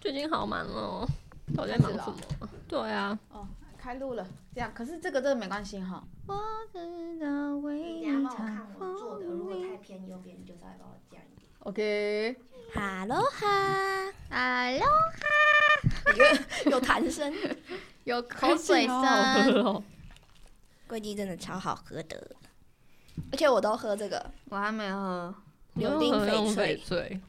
最近好忙哦，到底在忙开始什了么？对啊，哦，开录了，这样。可是这个真的没关系哈。我知道你等一下帮我看我做的，如果太偏右边，你就稍微帮我降一点。 OK。哈喽哈， Hello， 有弹声，有口水声好饿 哦。桂枝真的超好喝的，而且我都喝这个我还没喝。柳丁翡翠翠。翠，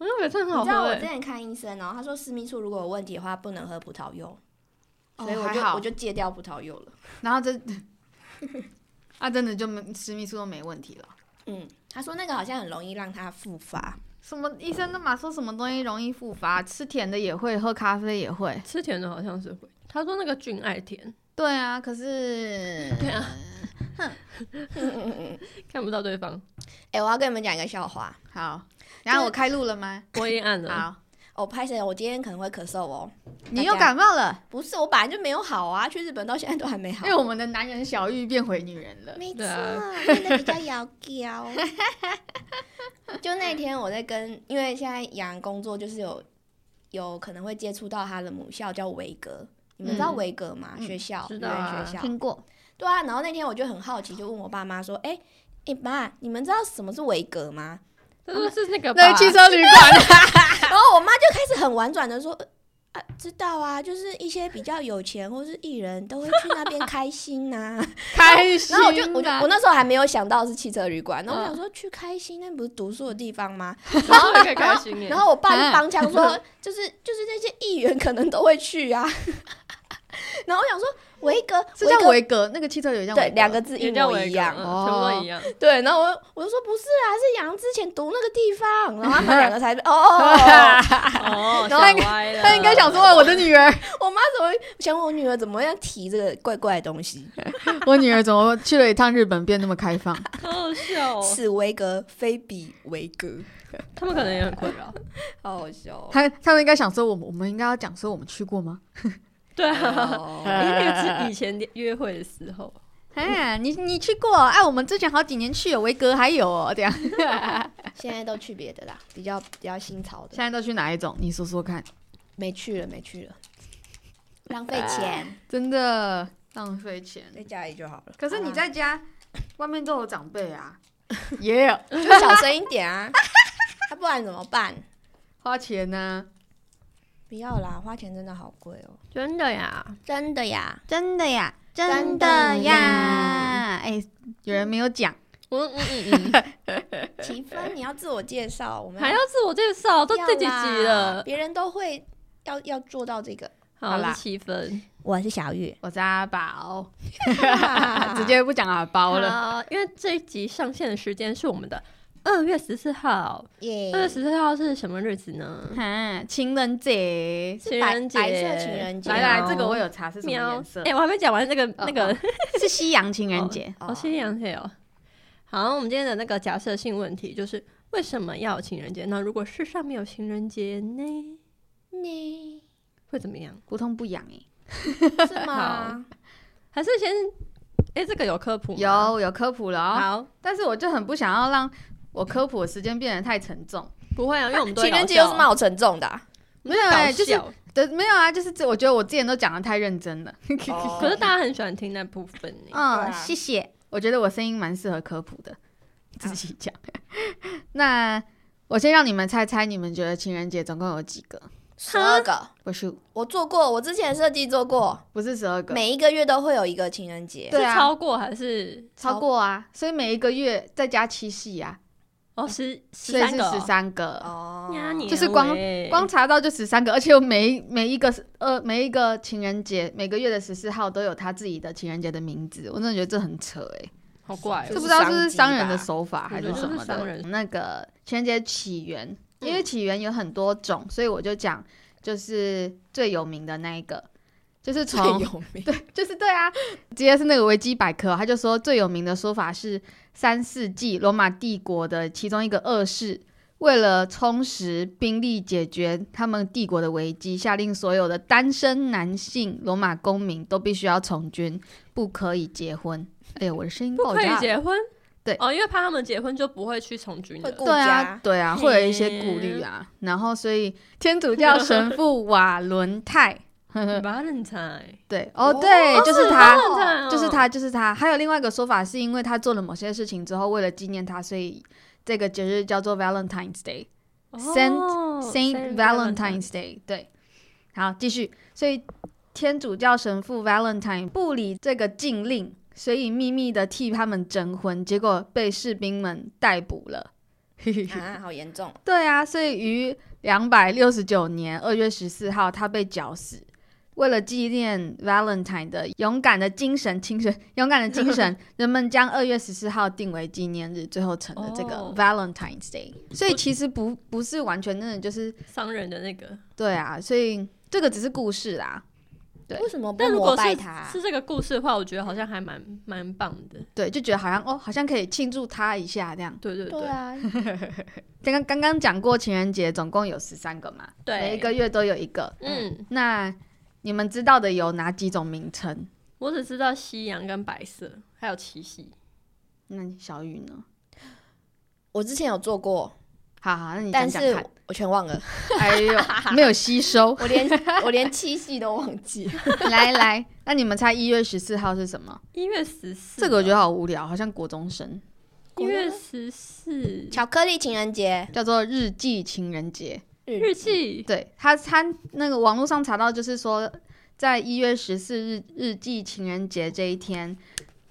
柳丁翡翠很好你知道喝我之哎，前看医生哦，他说私密处如果有问题的话，不能喝葡萄柚，所以哦我还就、好我就戒掉葡萄柚了。然后这， 啊，真的就没私密处都没问题了。嗯，他说那个好像很容易让它复发，什么医生都嘛说什么东西容易复发，吃甜的也会，喝咖啡也会。吃甜的好像是会。他说那个菌爱甜，对啊，可是对啊，看不到对方，哎、我要跟你们讲一个笑话。好，然后我开录了吗？我已经按了。好，哦，拍谁？我今天可能会咳嗽哦。你又感冒了，不是，我本来就没有好啊，去日本到现在都还没好因为。我们的男人小玉变回女人了。没错对啊，变得比较摇 摇。就那天我在跟，因为现在养工作就是有有可能会接触到他的母校叫维格，你们知道嗯维格吗？嗯学校，知语道啊言学校。听过，对啊，然后那天我就很好奇，就问我爸妈说：“哎、哎、妈，你们知道什么是维格吗 他说是 那个吧那汽车旅 馆，？”然后我妈就开始很婉转的说。呃啊，知道啊，就是一些比较有钱或是艺人都会去那边开心呐、开心然啊。后我就我就我那时候还没有想到是汽车旅馆，然后嗯我想说去开心，那不是读书的地方吗？然后可以开心哎，然后我爸啊就帮腔说，就是就是那些议员可能都会去啊。 然后我想说，维格是叫格维格，那个汽车旅馆叫维对格两个字一也叫嗯模我一样全，哦部都一样。对。然后我我就说不是啊，是杨之前读那个地方，然后他们两个才哦哦哦哦哦，然后想歪了。他应该想说，我的女儿，我妈怎么想我女儿怎么样提这个怪怪的东西？我女儿怎么去了一趟日本变那么开放？好好笑哦，此维格非彼维格，他们可能也很困扰。好好笑哦。他他们应该想说，我们我们应该要讲说我们去过吗？对啊，哦哎，那个是以前约会的时候，哎，你你去过？哎，我们之前好几年去有维格，还有哦这样。现在都去别的啦，比较比较新潮的现，在都去哪一种？你说说看。没去了，没去了，浪费钱，真的浪费钱。哎在家里就好了。可是你好啦在家，外面都有长辈啊， 也有 就小声一点啊，啊不然怎么办？花钱啊呢、不要啦，花钱真的好贵哦，真的呀，真的呀。真的呀，真的呀！哎、有人没有讲，嗯嗯嗯齐芬，你要自我介绍，我嗯，们还要自我介绍，都第几集要啦了？别人都会要要做到这个。好好啦，是七分，我是小玉 我是阿宝，啊直接不讲阿宝 了。好，因为这一集上线的时间是我们的二月十四号，耶二月十四号是什么日子呢？哈，情人节，是情白人节白色情人节来喵来，这个我有查是什么喵颜，色哎、？我还没讲完那个那个，哎是西洋情人节。哦，是杨姐哦。好，我们今天的那个假设性问题就是为什么要有情人节？那如果世上没有情人节呢，你会怎么样？不痛不痒哎、是吗？还是先，哎、这个有科哦普吗，有有科普了哦，好，但是我就很不想要让我科普的时间变得太沉重。不会啊，因为我们都会 情人节搞有笑什么好沉重的啊？没有搞哎、就是笑，对，没有啊，就是这，我觉得我之前都讲的太认真了。 哦可是大家很喜欢听那部分欸呢。对啊哦嗯谢。我觉得我声音蛮适合科普的，自己讲。 那我先让你们猜猜，你们觉得情人节总共有几个？十二个，不是，我做过，我之前设计做过，不是十二个，每一个月都会有一个情人节。对啊是超过还是超过啊，所以每一个月再加七夕啊，哦十十所以三是个十哦三个。哦呀你欸就是光喂光查到就十三个，而且我每一每一个呃每一个情人节，每个月的十四号都有他自己的情人节的名字，我真的觉得这很扯哎、好怪这哦就不是知道是不是商机商人的吧手法还我是觉得什是么商的。人那个情人节起源，因为嗯起源有很多种，所以我就讲就是最有名的那一个，就是最从有名。 就是对啊，直接是那个维基百科，他就说最有名的说法是三世纪罗马帝国的其中一个二世，为了充实兵力解决他们帝国的危机，下令所有的单身男性罗马公民都必须要从军，不可以结婚。哎呦，我的声音不爆可以炸！结婚，对哦，因为怕他们结婚就不会去从军会了。顾对家啊，，对啊，会有一些顾虑啊。然后，所以天主教神父瓦伦泰， Valentine，对，哦，哦对，哦就是是他， Valentine 哦就是他，就是他。还有另外一个说法，是因为他做了某些事情之后，为了纪念他，所以这个节日叫做 Valentine's Day。Saint- 哦 Saint Valentine's Day。对，好，继续。所以天主教神父 Valentine 不理这个禁令，所以秘密的替他们征婚，结果被士兵们逮捕了。 啊，好严重。对啊，所以于两百六十九年二月十四号，他被绞死。为了纪念 Valentine 的勇敢的精神，精神勇敢的 精神，人们将二月十四号定为纪念日，最后成了这个哦 Valentine's Day。所以其实不不是完全真的就是商人的那个。对啊，所以这个只是故事啦。对为什么不但如膜果拜是他啊？是这个故事的话，我觉得好像还蛮蛮棒的。对，就觉得好像哦，好像可以庆祝他一下这样。对对对对啊，刚刚刚刚讲过情人节总共有十三个嘛，对每一个月都有一个。嗯，那你们知道的有哪几种名称？我只知道夕阳跟白色，还有七夕。那小雨呢？我之前有做过，好好，那你讲但讲是看。 我全忘了，哎呦， 没有吸收。 我 连我连七夕都忘记。 来来，那你们猜一月十四号是什么？一月十四，这个我觉得好无聊，好像国中生，一月十四巧克力情人节叫做日记情人节。日记，对他，他那个网络上查到，就是说，在一月十四日日记情人节这一天，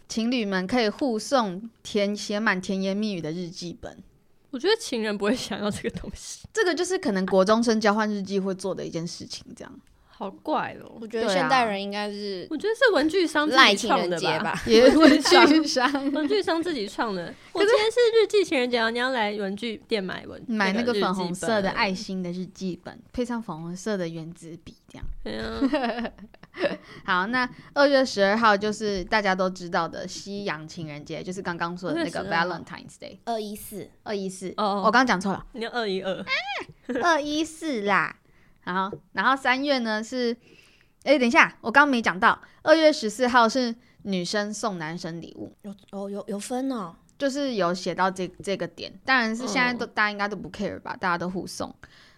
情侣们可以互送填写满甜言蜜语的日记本。我觉得情人不会想要这个东西，这个就是可能国中生交换日记会做的一件事情，这样 好怪哦。我觉得对啊现代人应该是我觉得是文具商自赖己情创人的节吧？也会去上 文具商自己创 的。我今天是日记情人节哦，你要来文具店买文买那那个日粉记红色本的爱。心的日记本，配上粉红色的圆珠笔，这样。 对啊好，那二月十二号就是大家都知道的西洋情人节，就是刚刚说的那个2月12 Valentine's Day，二一四，二一四。 哦我刚刚讲错了。你要二一二，二一四啦。然后，然后三月呢是，哎、等一下，我刚刚没讲到，二月十四号是女生送男生礼物，有哦有有分哦，就是有写到这这个点。当然是现在都、大家应该都不 care 吧，大家都互送。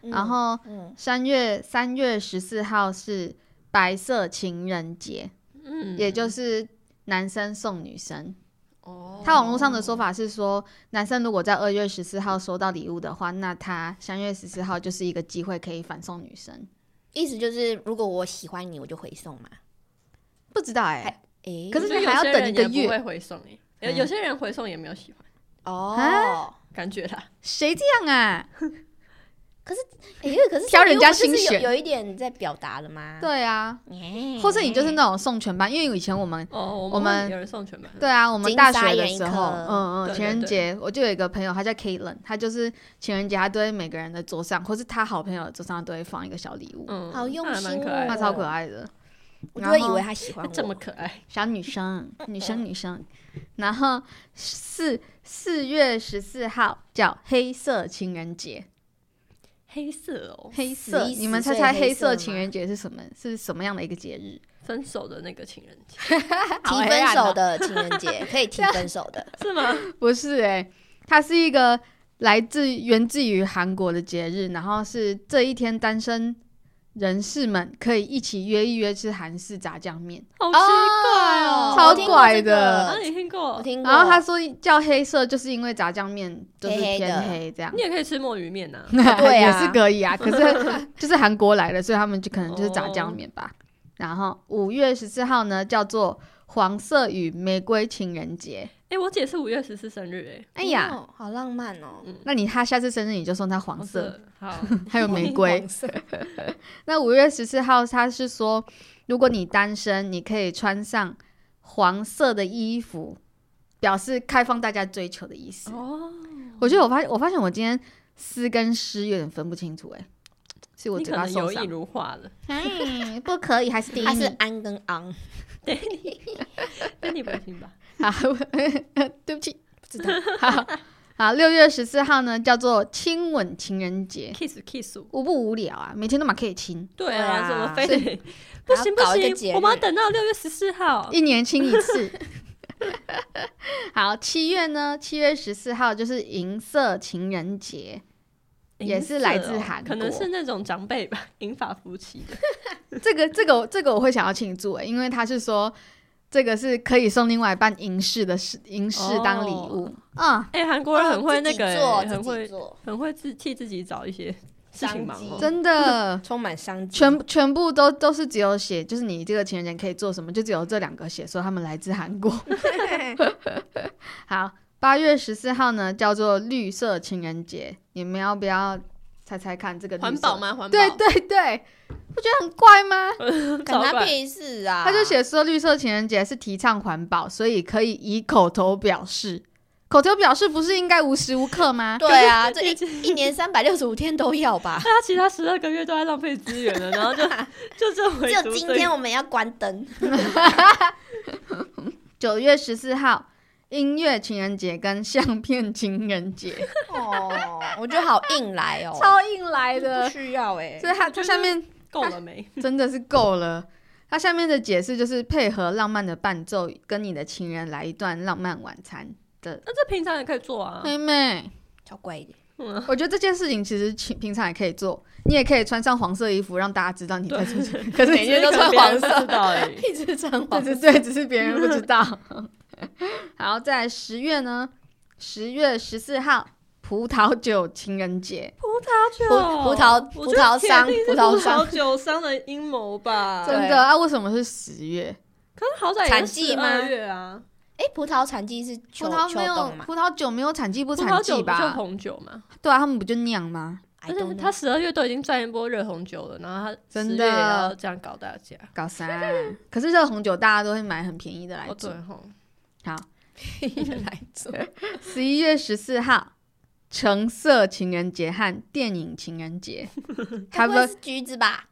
嗯然后嗯，三月三月十四号是白色情人节，嗯，也就是男生送女生。哦他网络上的说法是说，男生如果在二月十四号收到礼物的话，那他三月十四号就是一个机会可以反送女生。意思就是如果我喜欢你，我就回送嘛。不知道哎、还诶，可是有还要些等人一个也月嗯不会回送诶，有有些人回送也没有喜欢，哦，感觉啦，谁这样啊？诶，因为可是挑人家心就是弦有有一点在表达了吗？对啊，嗯耶，或是你就是那种送全班，因为以前我们哦，我们会有人送全班，对啊，我们金大沙学的园一时候，颗嗯嗯，对情对人对节我就有一个朋友，他叫 Kalen，他就是情人节，他都会每个人的桌上，或是他好朋友的桌上都会放一个小礼物，嗯，好用那还蛮心可哦爱他的，哎超可爱的，我就会然以后为他喜欢我。这么可爱，小女生，女生女生。然后四四月十四号叫黑色情人节，黑色哦，黑色，十一你们十猜岁猜黑黑色色吗情人节是什么？是什么样的一个节日？分手的那个情人节好提黑分暗哦手的情人节可以提分手 的，是吗？ 不是哎、它是一个来自源自于韩国的节日，然后是这一天单身人士们可以一起约一约吃韩式炸酱面。好奇怪哦哦，超我听过怪这的啊个，你听我过？听过。然后他说叫黑色，就是因为炸酱面就是哦黑黑的偏黑这样。 你也可以吃墨鱼面呐， 对啊 也是可以啊，可是就是韩国来的，所以他们就可能就是哦炸酱面吧。然后五月十四号呢，叫做黄色与玫瑰情人节。哎，我姐是五月十四生日哎，哎呀，哦，好浪漫哦，那你他下次生日你就送他黄色，好，还有玫瑰。 黄色 那五月十四号，他是说，如果你单身，你可以穿上黄色的衣服，表示开放大家追求的意思。哦，我觉得我发我发现我今天诗跟诗有点分不清楚、欸，哎，是我你嘴可巴能受有意伤。如画了，哎，不可以，还是第它是安跟昂，但你不会听吧？ 好，对不起，不 知道。好，好，六月十四号呢，叫做亲吻情人节， kiss kiss，无不无聊啊？每天都嘛可以亲，对对啊啊，怎么非 所得不行还要搞一个不节行，日我们要等到六月十四号。一年亲一次。好，七月呢，七月十四号就是银色情人节， 也是来自银色哦韩可能国是那种长辈吧，银发夫妻的。这个这个这个我会想要庆祝诶，因为他是说这个是可以送另外一半银饰的饰银饰当礼物，嗯，哎、韩国人很会那个、哦欸，自己很做，自己会做，很会自替自己找一些事情忙商机哦。真的。充满商机。 全全部都都是只有写，就是你这个情人节可以做什么，就只有这两个写说他们来自韩国。好，八月十四号呢叫做绿色情人节，你们要不要猜猜看这个绿环色保？吗？环保。对 对对，不觉得很怪吗？干搞他怪屁事啊！他就写说绿色情人节是提倡环保，所以可以以口头表示。口头表示不是应该无时无刻吗？ 对 啊，这一一年三百六十五天都要吧？那他啊其他十二个月都在浪费资源了，然后就就这只回有读今这天我们要关灯，九月十四号，音乐情人节跟相片情人节， 哦，我觉得好硬来哦，超硬来的。需要哎所以它它下面够了没？ 真的是够了。它下面的解释就是配合浪漫的伴奏，跟你的情人来一段浪漫晚餐。那这平常也可以做啊。妹妹，超怪的， 嗯，我觉得这件事情其实平平常也可以做，你也可以穿上黄色衣服让大家知道你在做什么。可是每天都穿黄色只是可能别人不知道而 已。一直穿对黄对对，只是别人不知道。 好，在十月呢，十月十四号，葡萄酒情人节，葡葡葡啊萄我葡觉得萄铁商定是葡葡萄商萄酒商的阴谋吧？ 对真的啊？为什么是十月？可是好歹产也季是吗二月啊，哎，葡萄产季是葡秋萄秋没有冬嘛？葡萄酒没有产季不葡产萄季酒不就吧？红酒嘛？对啊，他们不就酿吗？ I 而且 don't 他 know 十二月都已经赚一波热红酒了，然后他真十的月也要这样搞大家。搞啥？可是热红酒大家都会买很便宜的来哦，做对。吼， 好， 来做，十一月十四号，橙色情人节和电影情 人节，该他不会们是橘子吧？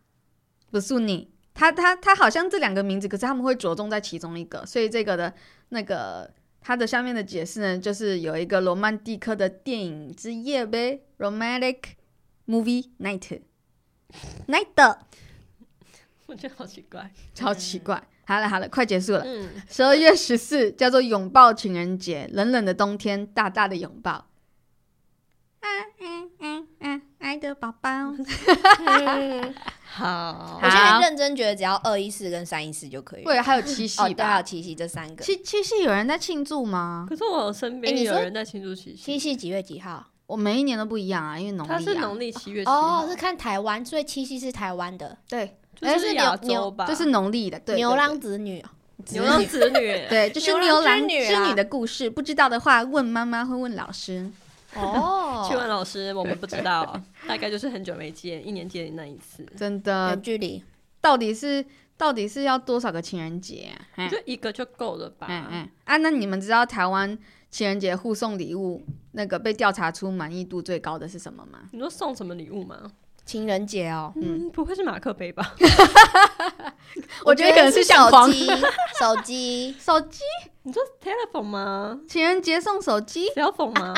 不是你，他他他好像这两个名字，可是他们会着重在其中一个，所以这个的那个它的下面的解释呢，就是有一个罗曼蒂克的电影之夜呗，Romantic Movie Night Night，我觉得好奇怪。超奇怪。好了好了，快结束了。嗯，十二月十四叫做拥抱情人节，冷冷的冬天，大大的拥抱。嗯嗯嗯，爱的宝宝，好我现在认真觉得只要二一四跟三一四就可以了。对，还有七哦，夕对，还有吧？七夕这三个。七七夕有人在庆祝吗？可是我身边诶你有说人在庆祝七七夕，夕几月几号？我每一年都不一样啊，因为农历、啊。他是农历七月七哦号，，是看台湾，所以七夕是台湾的对，就哎是是亚牛洲吧？这是农历的，对，牛对郎织女。牛郎织 女。对，对就是 牛牛郎织郎织女啊女的故事。不知道的话，问妈妈或问老师。 哦去问老师，我们不知道，大概就是很久没见，一年见那一次，真的远，距离，到底是到底是要多少个情人节啊？嗯就一个就够了吧？嗯嗯啊，那你们知道台湾情人节互送礼物那个被调查出满意度最高的是什么吗？你说送什么礼物吗？情人节哦，嗯，不会是马克杯 吧？我觉得可能是小手黄机，手机， 手机，你说 telephone 吗？情人节送手机， s e l phone 吗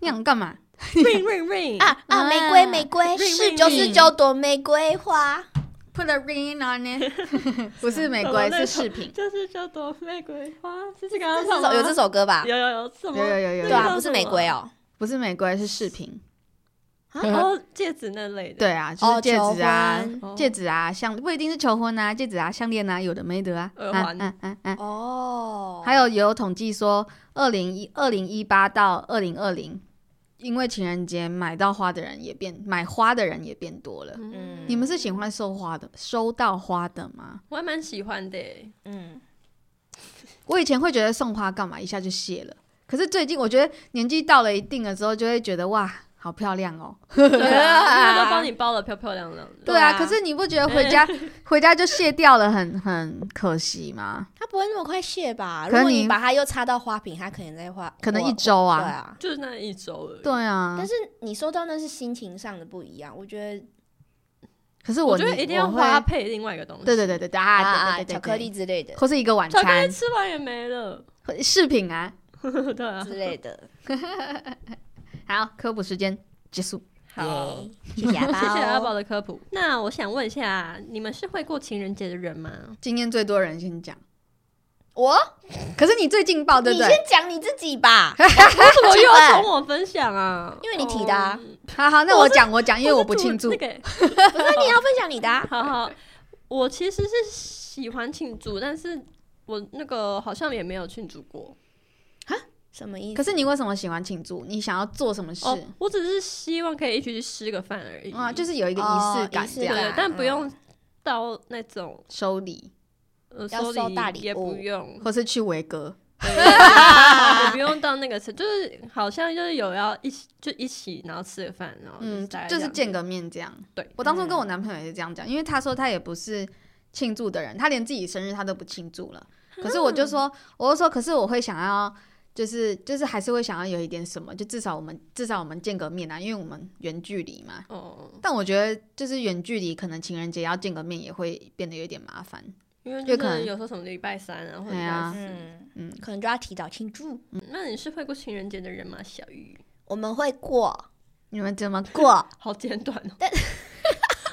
你想干嘛？ ？Ring ring ring！啊啊，啊玫瑰，玫瑰， Ring, 四 ring, 九十 ring 九朵玫瑰花， Put a ring on it，不 是玫瑰，是饰品。就是叫朵玫瑰花，是这个要这唱首吗？有这首歌吧？有有有什么？有有有那有有个对叫啊，什不是玫瑰么，哦，不是玫瑰，是饰品。然后啊哦戒指那类的。对啊，就是哦戒求指啊婚，哦戒指啊，项不一定是求婚啊，戒指啊，项链啊，有的没得啊，耳啊环啊啊啊哦，还有有统计说，二零一二零一八到二零二零，因为情人节买到花的人也变，买花的人也变多了。嗯，你们是喜欢收花的，收到花的吗？我还蛮喜欢的欸 耶。嗯，我以前会觉得送花干嘛，一下就谢了。可是最近我觉得年纪到了一定的时候，就会觉得哇，好漂亮哦。对啊，因为都帮你包的漂漂亮亮的。对啊，对啊可是你不觉得回家回家就卸掉了很很可惜吗？它不会那么快谢吧？可如能果你你把它又插到花瓶，它可能在花，可能我一周对啊。啊。就是那一周而已。对啊，但是你收到那是心情上的不一样，我觉得可是我我觉得你一定要我会花配另外一个东西。对对对对对啊啊，啊对对对对，巧克力之类的或是一个晚巧克餐力吃完也没了。 或饰品啊。对啊 之，类的。好，科普时间结束。好，耶， 谢谢阿谢谢阿宝宝的科普。那我想问一下，你们是会过情人节的人吗？今天最多人先讲，我，可是你最劲爆，对你不对？先讲你自己吧。为什么又气要愤从我分享啊？因为你提的啊哦好好，那我讲我讲，因为我不庆祝那。个不是你要分享你的、啊，好好，我其实是喜欢庆祝，但是我那个好像也没有庆祝过。什么意思？可是你为什么喜欢庆祝？你想要做什么事？哦，我只是希望可以一起去吃个饭而已。啊，就是是有一个仪哦式感仪式这对啊样。啊感但不用到那种收礼，呃要收大礼也物不 用，或是去维格。也不用到那个程度，就是好像就是有要一起就一起，然后吃个饭，然后嗯，大概就是这样见个面这样。对我当初跟我男朋友也是这样讲，因为他说他也不是庆祝的人，他连自己生日他都不庆祝了。可是我就说，我就说，可是我会想要，就是就是还是会想要有一点什么，就至少我们至少我们见个面啊，因为我们远距离嘛。哦，但我觉得就是远距离，可能情人节要见个面也会变得有点麻烦。因为有可就能是有时候什么礼拜三啊，或者对礼啊拜四。嗯嗯嗯，可能就要提早庆祝。那你是会过情人节的人吗，小鱼？我们会过，你们怎么 过？好简短 哦。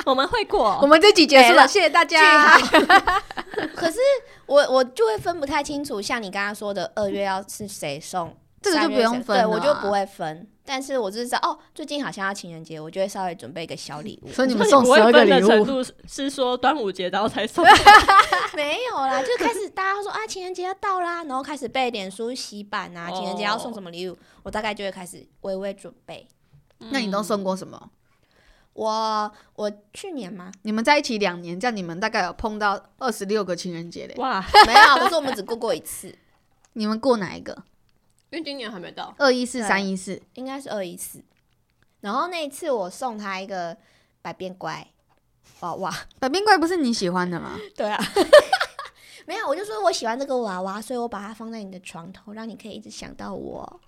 我们会过我哦，们这集结束没了，了谢谢大家。 可是我我就会分不太清楚，像你刚刚说的，二月要是谁送，这个就三月不用谁分了对我就啊不会分。但是我只知道哦，最近好像要情人节，我就会稍微准备一个小礼物。所以你你们送不十会二个分礼的程物，度是是说端午节然后才送， 没有啦，就开始大家说啊，情人节要到啦，然后开始被脸书洗版啊，哦情人节要送什么礼物，我大概就会开始微微准备。 嗯那你都送过什么？我我去年吗？你们在一起两年，这样你们大概有碰到二十六个情人节嘞。哇？没有，啊可是我们只过过一次，你们过哪一个？因为今年还没到，二一四、对三一四，应该是二一次。然后那一次我送他一个百变乖娃娃，百变怪不是你喜欢的吗？对啊， 没有，我就说我喜欢这个娃娃，所以我把它放在你的床头，让你可以一直想到我。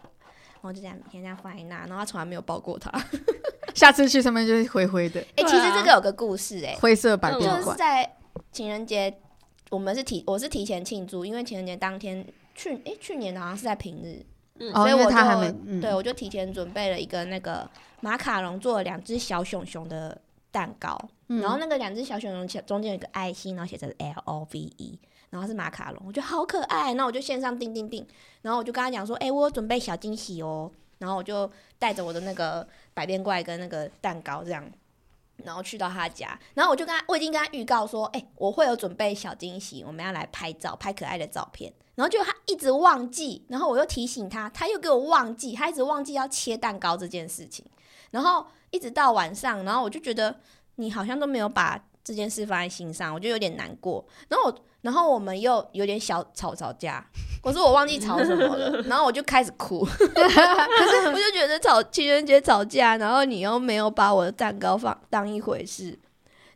然后就这样每天这样放在那，然后他从来没有抱过它。哎、 下次去上面就是灰灰的对啊其实这个有个故事哎、灰色百变就是怪，在情人节，我们是提我是提前庆祝，因为情人节当天去哎、去年好像是在平日，哦，所以因为我他就还没，嗯，对我就提前准备了一个那个马卡龙做了两只小熊熊的蛋糕，嗯然后那个两只小熊熊前中间有一个爱心，然后写着 L O V E，然后是马卡龙，我觉得好可爱。那我就线上订订订，然后我就跟他讲说，哎、我有准备小惊喜哦。然后我就带着我的那个百变怪跟那个蛋糕这样，然后去到他家，然后我就跟他，我已经跟他预告说，哎、我会有准备小惊喜，我们要来拍照，拍可爱的照片。然后就他一直忘记，然后我又提醒他，他又给我忘记，他一直忘记要切蛋糕这件事情。然后一直到晚上，然后我就觉得你好像都没有把这件事放在心上，我就有点难过。然后我，然后我们又有点小吵吵架，可是我忘记吵什么了，然后我就开始哭。 可是我就觉得吵情人节吵架，然后你又没有把我的蛋糕放当一回事，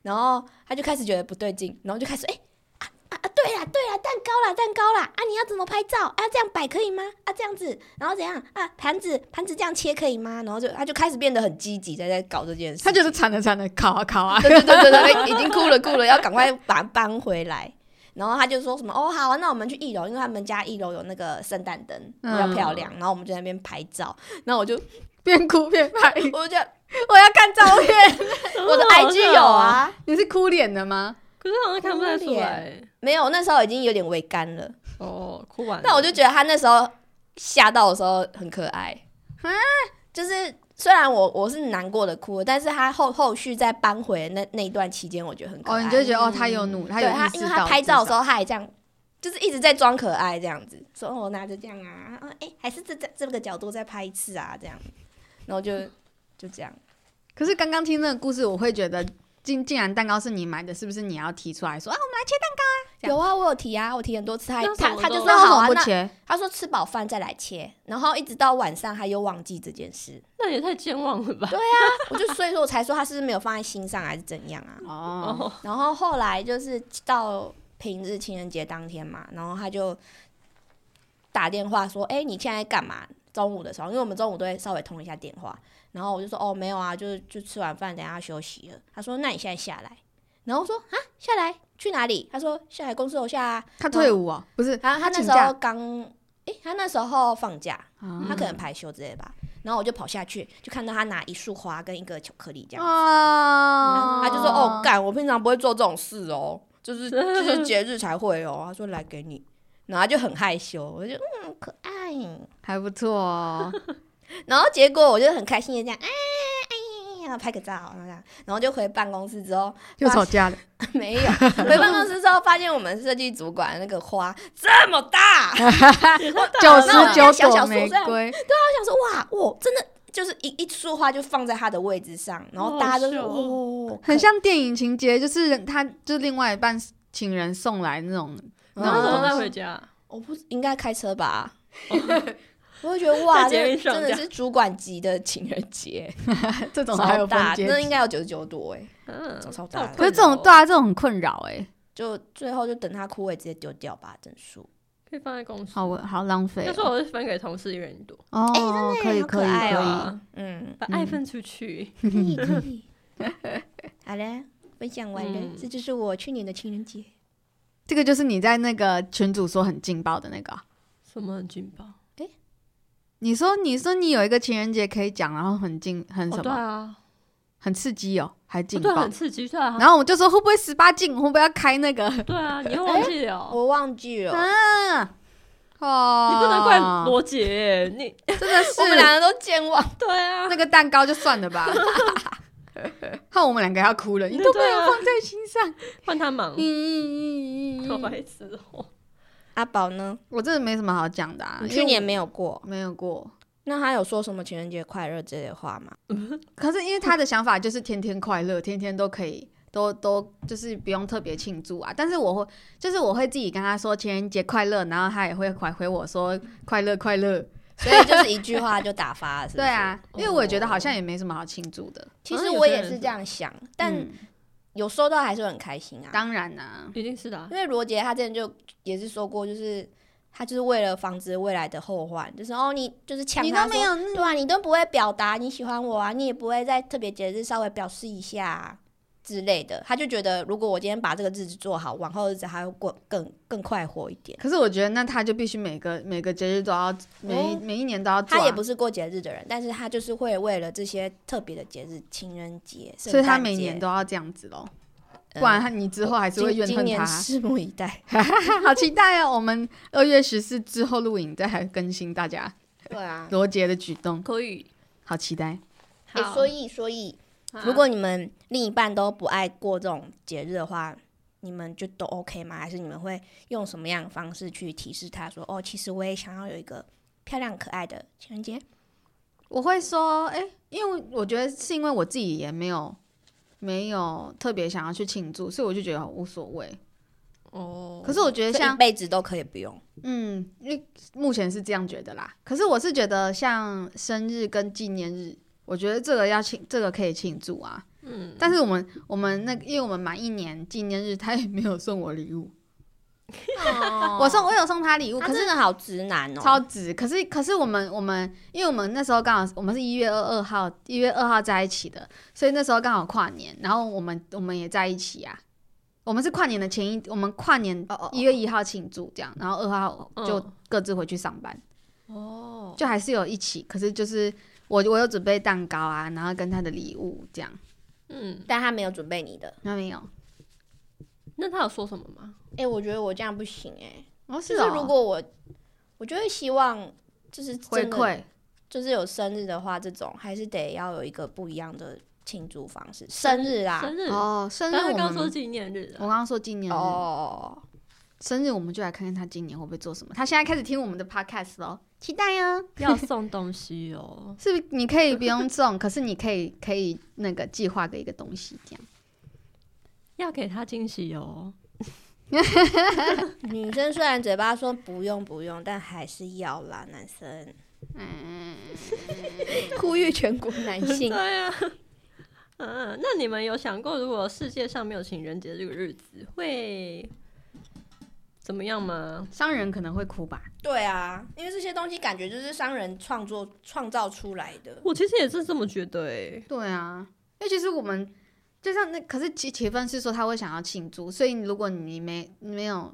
然后他就开始觉得不对劲，然后就开始哎。啊啊啊！对啦，对啦，蛋糕啦，蛋糕啦！啊，你要怎么拍照？啊，这样摆可以吗？啊，这样子，然后怎样？啊，盘子，盘子这样切可以吗？然后就他就开始变得很积极，在在搞这件事。他就是惨了惨了，考啊考啊， 对对对对对，已经哭了哭了，要赶快把它搬回来。然后他就说什么哦好啊、那我们去一楼，因为他们家一楼有那个圣诞灯，嗯比较漂亮。然后我们就在那边拍照，然后我就 边哭边拍。我就觉得我要看照片，我的 IG 有，啊，你是哭脸的吗？哦可是好像看不太出来没有，那时候已经有点微干了。哦，哭完了。但我就觉得他那时候吓到的时候很可爱啊，就是虽然我我是难过的哭，但是他后后续再搬回那那一段期间，我觉得很可哦，爱。你就觉得哦，他有努，他有对他意，因识为到他拍照的时候，候，他还这样，就是一直在装可爱这样子，说哦我拿着这样啊，啊，哎、还是这这这个角度再拍一次啊，这样，然后就就这样，可是刚刚听那个故事，我会觉得。竟竟然蛋糕是你买的，是不是你要提出来说啊？这样有啊，我有提啊，我提很多次，他那什他么他就都说那为什好么啊，不那切？他说吃饱饭再来切，然后一直到晚上他又忘记这件事， 那也太健忘了吧？我就所以说我才说他是不是没有放在心上还是怎样啊，哦，哦，然后后来就是到平日情人节当天嘛，然后他就打电话说：“哎、你现在干嘛？”中午的时候，因为我们中午都会稍微通一下电话，然后我就说：“哦，没有啊，就是就吃完饭，等一下休息了。”他说：“那你现在下来。”然后我说：“啊，下来去哪里？”他说：“下来公司楼下、啊。他退伍哦，不是”然后他那请时假候刚，哎、他那时候放假，啊他可能排休之类吧。然后我就跑下去，就看到他拿一束花跟一个巧克力这样。哦，他就说：“哦，干，我平常不会做这种事哦，就是就是节日才会哦。”他说：“来给你。”然后他就很害羞，我就嗯可爱，还不错哦。然后结果我就很开心的这样，哎哎，然后拍个照，然后这样，然后就回办公室之后， 又吵架了，没有，回办公室之后发现我们设计主管那个花这么大，九啊那我十们家九小朵小树玫这样瑰，我想说哇，我真的就是一一束花就放在他的位置上，然后大家都是好好笑哦，很像电影情节，就是他就是另外一半情人送来那种， 可然后怎么带嗯，回家？我不应该开车吧。我会觉得哇，在捷这运上真这的样是主管级的情人节，这种还超有大分，那阶级。应该有九十九朵哎，嗯哦超大的可是这种对，啊，这种很困扰哎、就最后就等它枯萎直接丢掉吧，整束。可以放在公司。好好浪费要哦、是我是分给同事一人一朵，哎哦，可以好可以爱可以，哦 嗯，把爱分出去。可以可以。好了，分享完了，嗯这就是我去年的情人节。这个就是你在那个群组说很劲爆的那个啊、什么很劲爆？你说你说你有一个情人节可以讲，然后很劲很哦，什对么，啊，很刺激哦，还哦劲对啊，爆很。刺激，对啊，然后我就说会不会十八禁，会不会要开那个？对啊，你又忘记了哦，我忘记了，啊，哦，你不能怪罗姐，你真的是我们两个都健忘。对啊，那个蛋糕就算 了吧。看我们两个要哭了，你都没有放在心上。换他啊忙，嗯嗯好嗯嗯，白痴哦。阿宝呢？我真的没什么好讲的啊。你因为去年没有过，没有过，那他有说什么情人节快乐这类话吗？可是因为他的想法就是天天快乐， 天天都可以，都都就是不用特别庆祝啊。但是我会，就是我会自己跟他说情人节快乐，然后他也会回回我说快乐快乐。所以就是一句话就打发了，是不 对是？啊，因为我觉得好像哦，也没什么好庆祝的。其好实像有我些也人是是这样想，但嗯有收到还是很开心啊。当然啦、一定是的啊因，为罗杰他之前就也是说过，就是他就是为了防止未来的后患，就是哦，你就是抢你他都说没有对啊，你都不会表达你喜欢我啊，你也不会在特别节日稍微表示一下、啊之类的。他就觉得，如果我今天把这个日子做好，往后日子还会过更更快活一点。可是我觉得，那他就必须每个每个节日都要，每一、每一年都要做、啊。哦他也不是过节日的人，但是他就是会为了这些特别的节日，情人节、圣所以他诞每节年都要这样子咯，嗯不然他你之后还是会今怨今恨年他。拭目以待。 好期待哦！我们二月十四之后录影再更新大家对 啊，罗杰的举动，可以。好期待。哎、好所以所以，啊如果你们另一半都不爱过这种节日的话，你们就都 OK 吗？还是你们会用什么样的方式去提示他说：“哦，其实我也想要有一个漂亮可爱的情人节我会说，哎、因为我觉得是因为我自己也没有没有特别想要去庆祝，所以我就觉得无所谓。哦，可是我？”觉得所以像一辈子都可以不用。嗯，因为目前是这样觉得啦。可是我是觉得像生日跟纪念日，我觉得这个要庆，这个可以庆祝啊。嗯，但是我们我们那个，因为我们满一年纪念日，他也没有送我礼物。我送我有送哦他礼物，他可真是的好直男哦，超值。可是可是我们我们，因为我们那时候刚好我们是一月二二号，一月二号在一起的，所以那时候刚好跨年，然后我们我们也在一起啊。我们是跨年的前一，我们跨年哦哦哦一月一号庆祝这样，然后二号就嗯各自回去上班。哦，就还是有一起，可是就是我我有准备蛋糕啊，然后跟他的礼物这样，嗯，但他没有准备你的。那没有，那他有说什么吗？哎、我觉得我这样不行哎、哦就是如果我，我就会希望就是回真的馈就是有生日的话，这种还是得要有一个不一样的庆祝方式。生日啊，生日，哦，生日但他我刚说们纪念日我啊，刚刚说今年日、哦，生日，我们就来看看他今年会不会做什么。他现在开始听我们的 podcast 咯，期待哦。要送东西哦。 是不是你可以不用送，可是你可以可以那个计划个一个东西这样。要给他惊喜哦，女生虽然嘴巴说不用不用，但还是要啦。男生 嗯呼吁全国男性，对呀、啊。 嗯，那你们有想过，如果世界上没有情人节这个日子，会怎么样吗？商人可能会哭吧，对啊，因为这些东西感觉就是商人创作创造出来的。我其实也是这么觉得欸诶、对啊，因为其实我们就像那，可是其铁芬是说他会想要庆祝，所以如果你没没有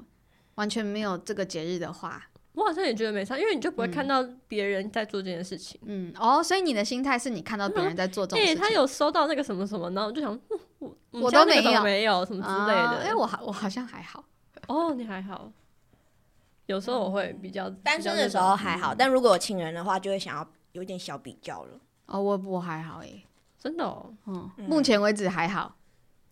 完全没有这个节日的话，我好像也觉得没差，因为你就不会看到别人在做这件事情。嗯，哦，所以你的心态是你看到别人在 做这种诶、事情，哎他有收到那个什么什么，然后我就想，嗯我我家都那个没怎么有没有什么之类啊因为的。我好我好像还好，哦，你还好，有时候我会比嗯较单身的时候还好，，但如果有情人的话，就会想要有点小比较了。哦，我我还好诶、比较那种真的哦，嗯，嗯目前为止还好，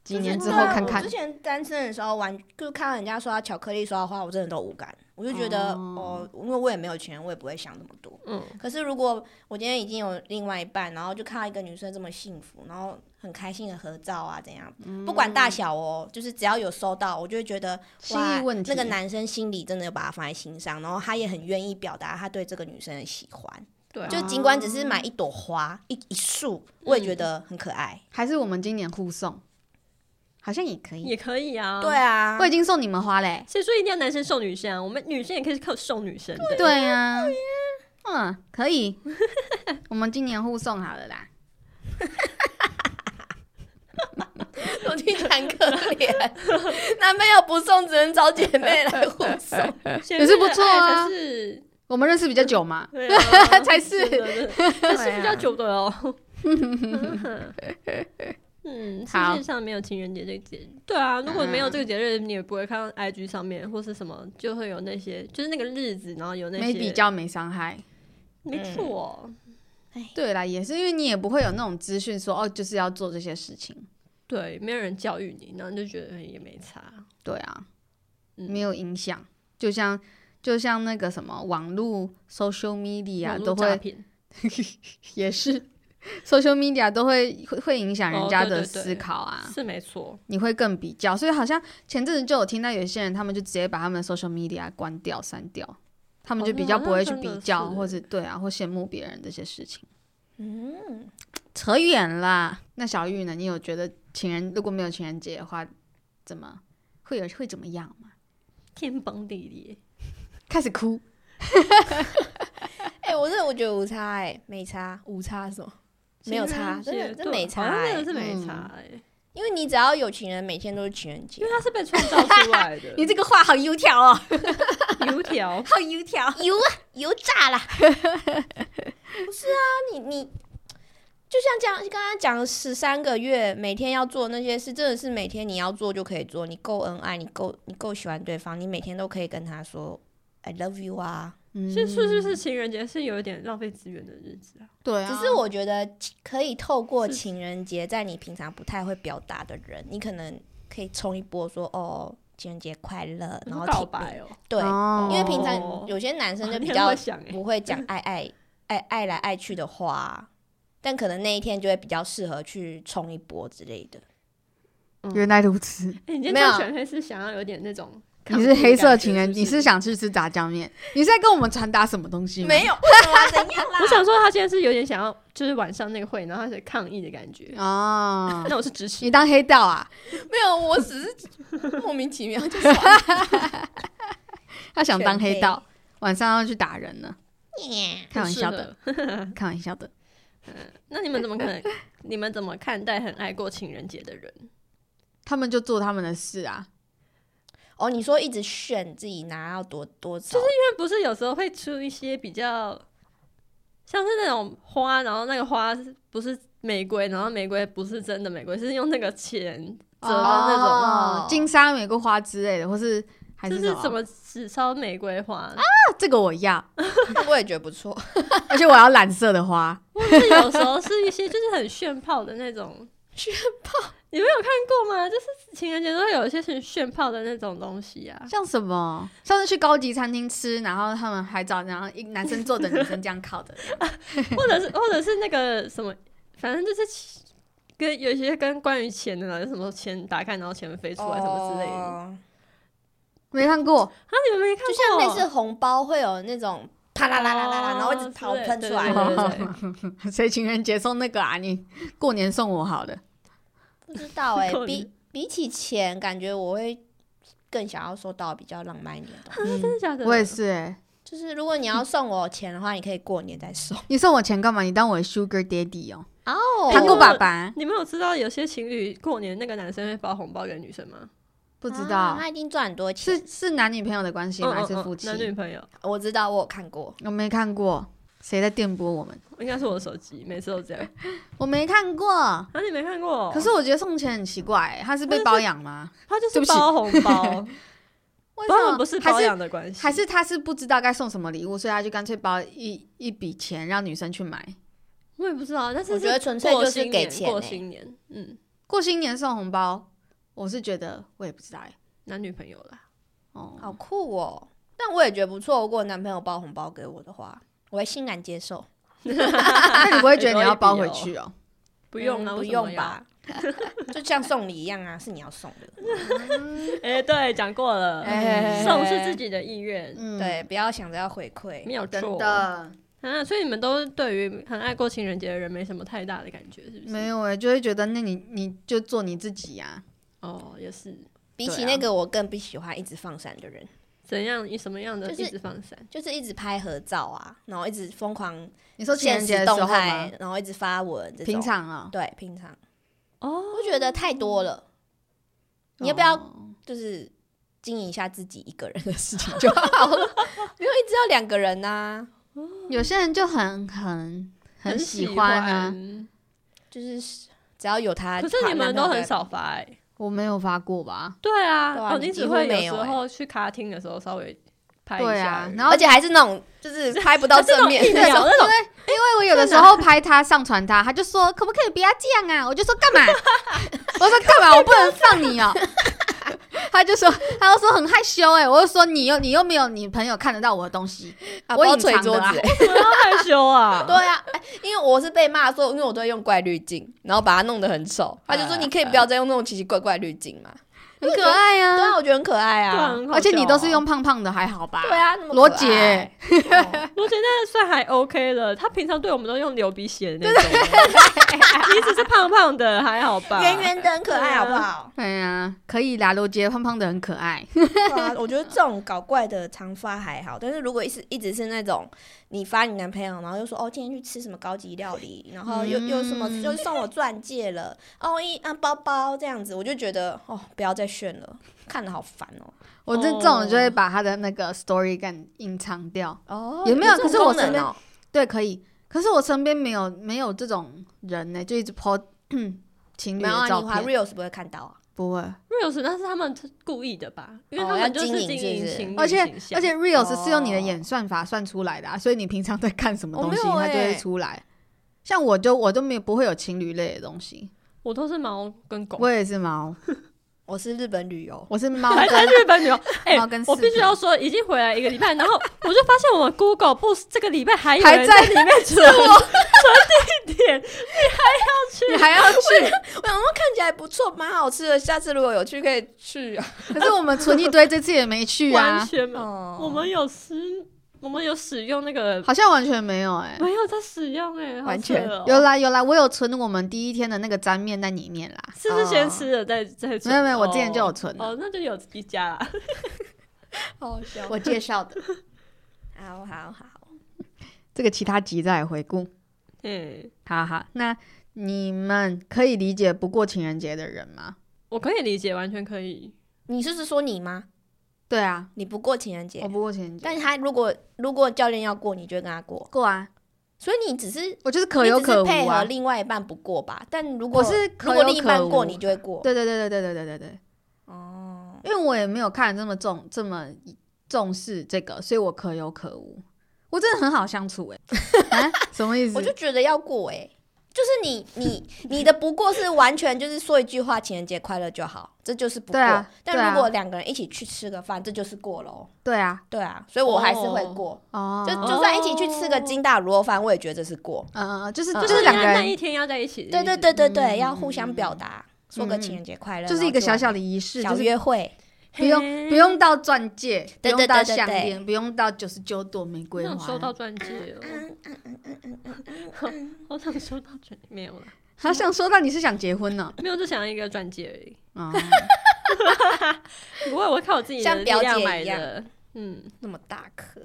几年就之是后对啊看我看之。前单身的时候玩，就看到人家刷巧克力刷的话，我真的都无感，我就觉得哦哦，因为我也没有钱，我也不会想那么多。嗯，可是如果我今天已经有另外一半，然后就看到一个女生这么幸福，然后很开心的合照啊，怎样，嗯不管大小哦，就是只要有收到，我就会觉得心哇意问，题那个男生心里真的有把她放在心上，然后他也很愿意表达他对这个女生的喜欢，对啊，就尽管只是买一朵花、一一束，我也觉得嗯很可爱。还是我们今年互送，好像也可以。也可以嗯啊，对。啊，我已经送你们花嘞、所以说一定要男生送女生啊，我们女生也可以靠送女生的。对呀、嗯，可以，我们今年互送好了啦。我听起来很可怜， 男朋友不送，只能找姐妹来互 送。也是不错啊是，我们认识比较久嘛，对啊 才是真的真的才哎是比啊较久的哦。嗯，世好界上没有情人节这个节，对啊，如果没有这个节日，你也不会看到 IG 上面或是什么，就会有那些，就是那个日子，然后有那些没比，较没伤害。没错，对啦，也是因为你也不会有那种资讯说哦，就是要做这些事情。对，没有人教育你，然后你就觉得哎也没差，对啊，嗯没有影响，就像就像那个什么网络 social media 网络都诈会骗也是 social media 都会会会影响人哦家对的对对思考啊。是没错，你会更比较，所以好像前阵子就有听到有些人，他们就直接把他们的 social media 关掉、删掉，他们就比较不会去比较，哦那或好像者真对啊，或羡慕别人这些事情，嗯，扯远啦。那小玉呢？你有觉得情人如果没有情人节的话，怎么会有会怎么样吗？天崩地裂。开始哭， 哎、我真的我觉得无差哎、没差，无差是什么？没有差情人节真的真没对差好像真欸的是没嗯差哎，因为你只要有情人，每天都是情人节因为。它是被创造出来的。这个话好油条哦， 油条，好油条。油啊，油 炸啦！不是啊，你你就像讲刚刚讲十三个月，每天要做那些事，真的是每天你要做就可以做，你够恩爱，你够你够喜欢对方，你每天都可以跟他说 I love you 啊。嗯其实是不是情人节是有一点浪费资源的日子啊？对啊，只是我觉得可以透过是情人节，在你平常不太会表达的人，你可能可以冲一波说哦。情人节快乐，然后告挺白哦，对，哦因为平哦常有些男生 就比你很较会想哎，不会讲爱爱爱爱来爱去的话啊，但可能那一天就会比较适合去冲一波之类的。原来如此，哎，你今天没有最喜欢黑是想要有点那种你抗拒是的感觉，黑色情人，不你是想去吃炸酱面？你是在跟我们传达什么东西吗？ 有，为什么啊怎样啦我想说他今天是有点想要，就是晚上那个会，然后他是抗议的感觉。哦，那我是支持你，当黑道啊？没有，我只是莫名其妙就说，他想当黑道，晚上要去打人呢？开玩笑不的， 开玩笑的。那你们怎么可能？你们怎么看待很爱过情人节的人？他们就做他们的事啊， 哦，你说一直炫自己拿到多多少，就是因为不是有时候会出一些比较像是那种花，然后那个花是不是玫瑰，然后玫瑰不是真的玫瑰，是用那个钱折的那种。哦金沙玫瑰花之类的，或是还就是是什什么？么纸钞玫瑰花，啊这个我要， 我也觉得不哦错。而且我要蓝色的花。或是有时候是一些就是很炫炮的那种 炫炮，你们有看过吗？就是情人节都会有一些很炫炮的那种东西啊，像什么？上次去高级餐厅吃，然后他们还找然后一男生坐着，女生这样靠着， 或者是或者是那个什么，反正就是其跟有一些跟关于钱的啦，就什么钱打开然后钱飞出来什么之类的，啊哦没看过。 你们没看就过？像类似红包会有那种啪啦啦啦啦啦，然后一直哦跑之类喷出对来对的，对对对谁情人节送那个啊？你过年送我好了。不知道 哎、够比比起钱，感觉我会更想要收到比较浪漫一点 的东西。啊真的假的？嗯我也是哎、就是如果你要送我钱的话，你可以过年再送。哦你送我钱干嘛？你当我的 Sugar Daddy 哦，哦糖果吧爸爸。你们有知道有些情侣过年那个男生会包红包给女生吗？不知道，啊他一定赚很多钱。是是男女朋友的关系吗？嗯还嗯是嗯夫妻？男女朋友？我知道，我有看过。我没看过，谁在电波我们？应该是我的手机，每次都这样。我没看过。啊，你没看过？可是我觉得送钱很奇怪、他是被包养吗？他就对是不起包红包， 为他什们么不是还包是养的关系，还是他是不知道该送什么礼物，所以他就干脆包一一笔钱让女生去买。我也不知道，但是我觉得是纯粹过就是新给年钱过欸新年，嗯，过新年送红包，我是觉得我也不知道哎、男女朋友啦，哦， 好酷哦！但我也觉得不错，如果男朋友包红包给我的话，我会欣然接受。那你不会觉得有你一要包笔回哦去哦？不用啊，为嗯不什么用要？吧？ 就像送礼一样啊，是你要送的。哎，对，讲过了，哎送是自己的意愿，嗯，对，不要想着要回馈。没有真错的啊，所以你们都对于很爱过情人节的人没什么太大的感觉，是不是？没有哎、就会觉得那你你就做你自己啊呀、哦，也是。比对起啊那个，我更不喜欢一直放闪的人，怎样以什么样的就是一直放闪？就是一直拍合照啊，然后一直疯狂你说情现人节实的时动候态吗？，然后一直发文这种。平常啊、对平常，哦，我觉得太多了，你要不要哦就是经营一下自己一个人的事情就好 了，没有一直要两个人啊呐、有些人就很很很喜欢欢啊，就是只要有他。可是你们都很少发哎、我没有发过吧？对啊，对啊哦，你你几只乎会没时有欸候去咖厅的时候稍微拍一对下啊而已，然然后后而且还是那种 就是拍不到正面一秒那种，因为我有的时候拍他上传他，他就说可不可以不要这样啊？我就说干嘛？ 我说干嘛？我不能放你哦。 他就说，他就说很害羞哎、我就说你又你又没有你朋友看得到我的东西，啊我包隐捶藏桌的啊子欸、 为什么要害羞啊？ 对啊，哎因为我是被骂说，因为我都会用怪滤镜，然后把它弄得很丑。他啊就说你可以不要再用那种奇奇怪怪滤镜嘛。 很可爱 对啊。啊，我觉得很可爱对啊，啊。很好而且你笑都是啊用胖胖的，还好吧？对啊，那么罗可姐爱哦罗杰那算还 OK 了，他平常对我们都用流鼻血 的那种，你只是胖胖的还好吧？圆圆的很可爱，好不 好？对啊呀，可以啦，罗杰胖胖的很可爱。对啊，我觉得这种搞怪的长发还好，但是如果一直一直是那种你发你男朋友，然后又说哦今天去吃什么高级料理，然后又、又什么嗯又送我钻戒了，哦一啊包包这样子，我就觉得哦不要再炫了，看的好烦哦。我这哦这种就会把他的那个 story 感隐藏掉。哦有没有可是我身边哦、对，可以。可是我身边没有没有这种人呢、就一直 po 情侣没有的啊，照你滑片， reels 不会看到啊。不会。 Reels 那是他们故意的吧？因为哦他要们就是经营经是不营是情侣而且形象而且 reels 哦是用你的演算法算出来的、啊，所以你平常在看什么哦我东西，没有它就会欸出来。像我就我就没有不会有情侣类的东西，我都是猫跟狗，我也是猫，我是日本旅游，我是猫还在跟日本旅游，哎、猫跟我视必须频要说，已经回来一个礼拜，然后我就发现我们 Google 不这个礼拜还有还人在里面存存地点，你还要去，我想说看起来不错，蛮好吃的，下次如果有去可以去啊。可是我们存一堆，这次也没去完啊，全 没有。哦我们有使，我们有使用那个，好像完全没有 哎、没有在使用哎、好完全扯哦有啦有啦，我有存我们第一天的那个粘面在里面啦。是不是先吃了再再存？没有没有，我之前就有哦存了，哦，那就有一家啦。好笑我介绍的。 好好好，这个其他集再来回顾。嗯，好好，那你们可以理解不过情人节的人吗？我可以理解，完全可以。你是是说你吗？对啊，你不过情人节我，不过情人节，但他如果如果教练要过，你就会跟他过，过啊，所以你只是我就是可有可你无只是配合啊。另外一半不过吧？但如果我是可有可如无果另一半过，你就会过。对对对对对对对对对，哦，因为我也没有看得这么重这么重视这个，所以我可有可无。我真的很好相 处哎、欸啊，什么意思我？就觉得要过哎、就是你 你你的不过是完全就是说一句话情人节快乐就好，这就是不过。对啊对但啊如果两个人一起去吃个饭，这就是过喽。对啊，对啊，所以我还是会过。哦，就嗯就算一起去吃个金大卤肉饭，我也觉得这是过。嗯嗯，就是嗯就是两个那那人，一天要在一起。对对对对对，嗯要互相表达，说个情人节快乐，就是一个小然后去玩小的仪式，就小是约会。 不用嘿不用到钻戒，不对用到对对对项对链，不用到九十九朵玫我瑰想收到花。钻戒哦，好想收到钻戒，没有啦，好想说到你是想结婚呢、没有就想要一个钻戒而已。啊，不会，我靠我自己的像力表姐量买一样的。嗯，那么大颗，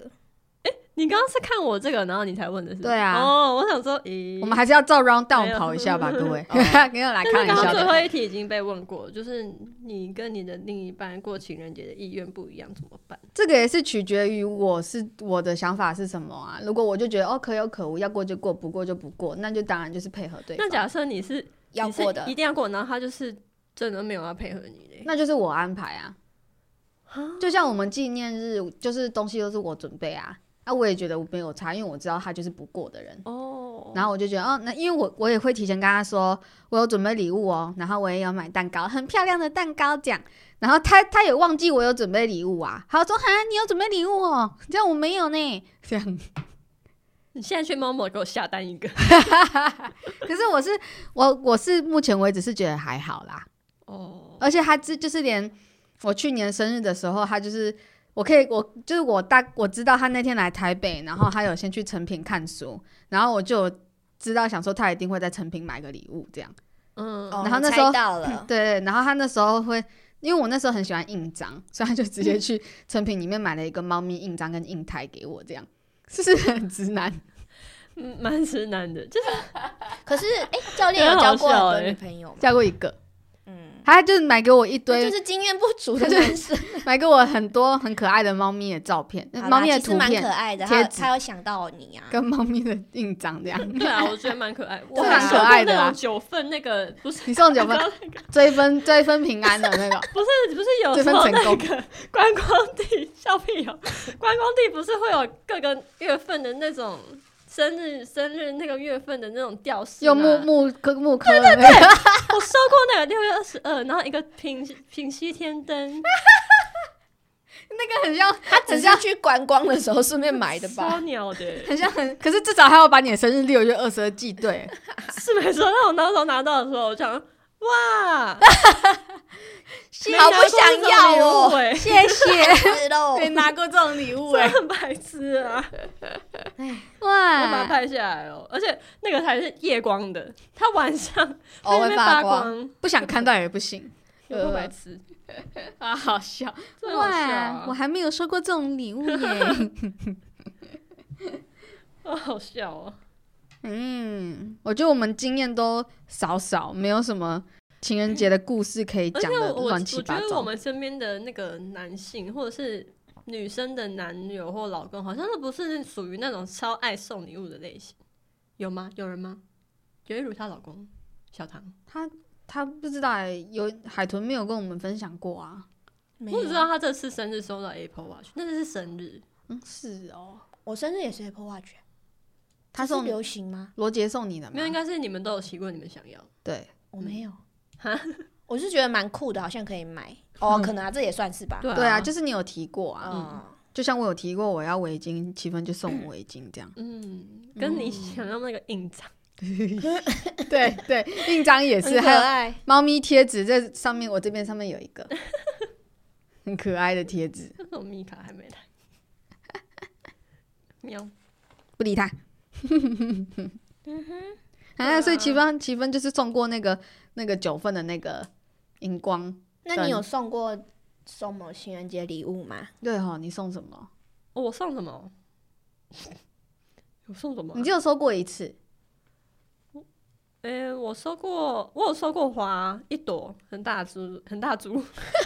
你刚刚是看我这个，然后你才问的是不是？对啊哦，我想说，咦，我们还是要照 round 没 down 有哦跑一下吧，各位。 没有来但开是玩刚笑刚最的。后一题已经被问过，就是你跟你的另一半过情人节的意愿不一样怎么办？这个也是取决于我是我的想法是什么啊。如果我就觉得哦可有可无，要过就过，不过就不过，那就当然就是配合对那方。假设你是 要你是过的一定要过，然后他就是真的没有要配合你嘞，那就是我安排啊。就像我们纪念日，就是东西都是我准备啊，啊，我也觉得我没有差，因为我知道他就是不过的人。哦，然后我就觉得，哦，那因为我我也会提前跟他说，我有准备礼物哦，然后我也有买蛋糕，很漂亮的蛋糕这样。然后他他也忘记我有准备礼物啊，他说哈，你有准备礼物哦，这样我没有呢，这样。你现在去某某给我下单一个。可是我是我我是目前为止是觉得还好啦，哦，而且他这就是连我去年生日的时候，他就是我可以我就是我大我知道他那天来台北，然后他有先去成品看书，然后我就有知道想说他一定会在成品买个礼物这样。嗯，哦然后你那猜时候 到了，对，然后他那时候会，因为我那时候很喜欢印章，所以他就直嗯接去成品里面买了一个猫咪印章跟印台给我，这样是不是很直男？嗯蛮直男的，就是可是哎、教练有交过很好很笑多女欸。朋友吗？交过一个，嗯，他就是买给我一堆，就是经验不足的 对男生。买给我很多很可爱的猫咪的照片，好啦猫咪的其实图蛮可片爱的，贴他纸他有想到你啊。跟猫咪的印章这样对啊，我觉得蛮可 爱，我这还蛮收可过爱的那啦种九份那个不是你送九分刚刚，追分追分平安的 那个，不是不是有追时分候成那功个观光地笑屁哦，观光地不是会有各个月份的那种生日生日那个月份的那种吊饰用吗木木科木科的那个，我收过那个六月二十二，然后一个平 平息天灯，那个很像他只是 去观光的时候顺便买的超吧？鸟的，很像很，可是至少还要把你的生日六月二十二记对，是没错。那我那时候拿到的时候，我想哇，好不想要 哦，哦，哎，谢 谢。是喽。没拿过这种礼物真的哎、很白痴啊！我把它哇，拍下来哦，而且那个还是夜光的，它晚上在哦那会边发发光光，不想看到也 不行有够呃白痴，啊，好笑！真的好笑啊我还没有收过这种礼物 耶。哦好笑哦。嗯，我觉得我们经验都少少，没有什么情人节的故事可以而讲且我的我乱我七觉八得我糟。们身边的那个男性或者是女生的男友或老公，好像都不是属于那种超爱送礼物的类型，有吗？有人吗？有一如她老公小唐，他他不知道哎，有海豚没有跟我们分享过啊？没有我只知道，他这次生日收到 Apple Watch，那是生日，嗯，是哦，我生日也是 Apple Watch，欸他是送流行吗？罗杰送你的吗？没有，应该是你们都有提过，你们想要。对，我没有，我是觉得蛮酷的，好像可以买嗯哦，可能啊，这也算是吧。对对啊，就是你有提过啊，嗯，就像我有提过我要围巾，七分就送我围巾这样。嗯，跟你想要那个印章， 对对，印章也很是，可还有爱。猫咪贴纸这上面，我这边上面有一 个很可爱的贴纸，那种米卡还没来。 喵，不理它。 啊，所以奇分奇分就是送过那个那个九份的那个荧光，那你有送过送某情人节礼物吗？对哈、你送什么？哦我送什么？ 我送什么啊、你只有收过一 次，诶、我收过，我有收过花一朵，很大株，很大株，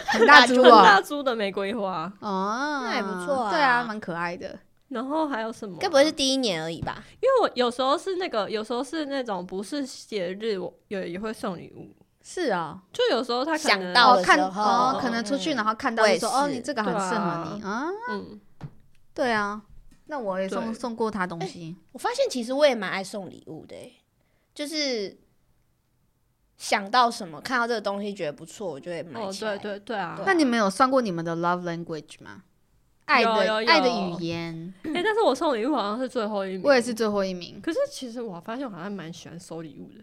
很大株很哦，大株的玫瑰花。哦，那也不错啊对啊，蛮可爱的。然后还有什么啊？该不会是第一年而已吧？因为我有时候是那个，有时候是那种不是节日，我有也会送礼物。是啊、就有时候他可能想到哦的，时看候哦，可能出去嗯然后看到我也就说哦，是你这个很适合你啊，嗯，对啊，那我也送对送过他东西，我发现其实我也蛮爱送礼物的欸，就是想到什么看到这个东西觉得不错，我就会买哦，起来。对对对啊对。那你们有算过你们的 love language 吗？爱的有有嗯爱的有语言，诶、但是我送礼物好像是最后一名，我也是。最后一名。可是其实我发现我好像蛮喜欢收礼物 的，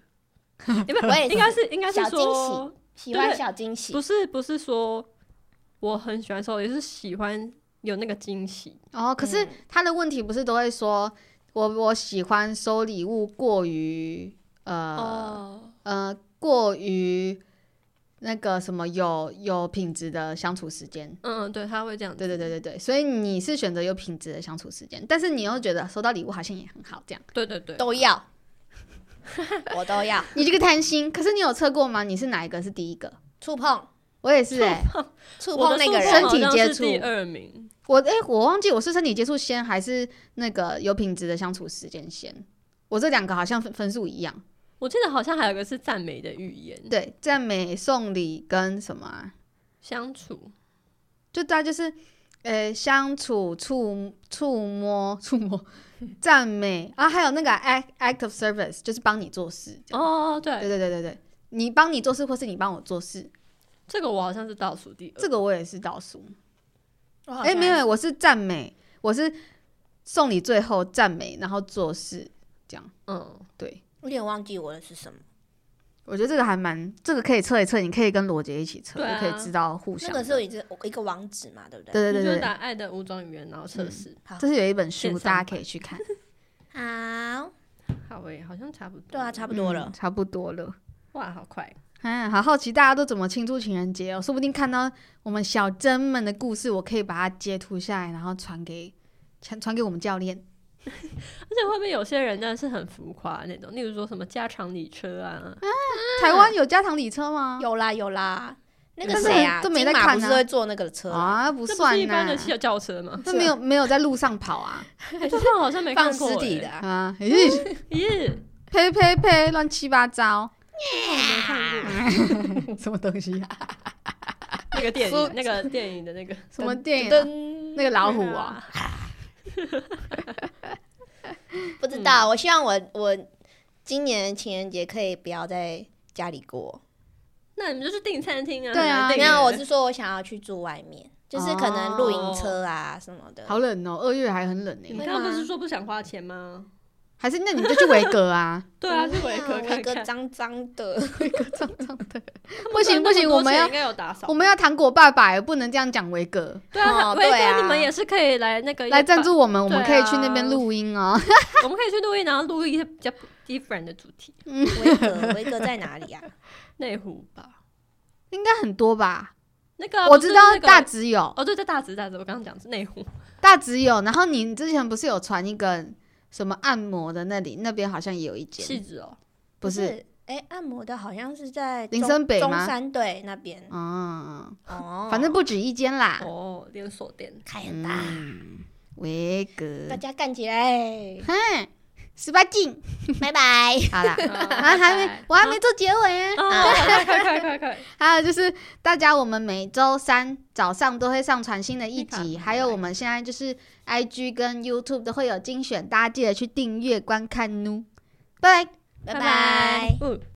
我也应该是应该是小惊说，喜欢对小惊喜不，是不是说我很喜欢收礼物，也是喜欢有那个惊喜。哦，可是嗯他的问题不是都会说，我我喜欢收礼物过于呃、哦。呃过于那个什么有有品质的相处时间。嗯，对，他会这样。对对对对对，所以你是选择有品质的相处时间，但是你又觉得收到礼物好像也很好，这样对对对，都要，我都要你这个贪心。可是你有测过吗？你是哪一个是第一个？触碰我也是哎、触我碰的那触个碰人身，体好像接是触第二名，我哎、我忘记我是身体接触先还是那个有品质的相处时间先。我这两个好像分分数一样。我记得好像还有一个是赞嗯美的语言对，赞美、送礼跟什么、啊？相处，就大家就是呃相处、触触摸、触摸、赞美啊，还有那个 act act of service，就是帮你做事。这样哦，对对，对对对对，你帮你做事，或是你帮我做事，这个我好像是倒数第二。这个我也是倒数。我好哎、像没有，我是赞美，我是送你最后赞美，然后做事这样。嗯，对，有点忘记我的是什么。我觉得这个还蛮，这个可以测一测，你可以跟罗杰一起测，对啊就可以知道互相那的。个是有一个一个网址嘛，对不对？对对你对就对，打爱的武装语言，然后测试。这是有一本线书，上大家版可以去看。好，嗯好诶，好像差不多。对啊，差不多了嗯。差不多了。哇，好快！嗯，好好奇大家都怎么庆祝情人节哦，说不定看到我们小珍们的故事，我可以把它截图下来，然后传给传传给我们教练。嗯而且会不会有些人真的是很浮夸那种？例如说什么家常里车啊，台湾有加长礼车吗？有啦有啦，那个但是谁啊，都没在金马看不是啊会坐那个车啊，啊，不这不算是一般呐的，小轿车吗？这没有没有在路上跑 啊这我好像没放看过、尸体的欸。啊。啊！咦，咦，呸呸呸，乱七八糟，我没看过 什么东西啊？那个电说 影，那个电影的那个什么电影啊？灯那个老虎啊，不知嗯道，我希望我我今年情人节可以不要在家里过。那你们就去订餐厅啊？对啊很难订没有，欸我是说我想要去住外面，就是可能露营车啊什么的。好冷哦，二月还很冷你呢。刚刚不是说不想花钱吗？还是那你就去维格 啊？对啊，去怎么维样科看维格看。脏脏的，脏脏的，不行不行，我们要应该有打扫我。们要糖果爸爸，不能这样讲维格。对啊，哦维对科啊你们也是可以来那个来赞，助我们，我对们啊可以去那边录音哦。 我们可以去录音，然后录一些比较 different 的主题，嗯维格维格在哪里啊？内湖吧。应该很多吧？那个啊我不是知道那个大直有，哦，对，在大直大直，我刚刚讲是内湖。大直有。然后你之前不是有传一个什么按摩的那里，那边好像也有一气间，质哦， 不是？，哎，按摩的好像是在林中森北中吗山对那边嗯，哦，反正不止一间啦。哦，连锁店。开很大，嗯，维格，大，家干起来 哼，十八禁。拜拜。好 啦， 啊啊还没，我还没做结尾啊。啊！快快快快快！还有就是，大家我们每周三早上都会上传新的一立集，刻还有我们现在就是 I G 跟 YouTube 都会有精选，大家记得去订阅观看哦。拜拜。拜拜。嗯。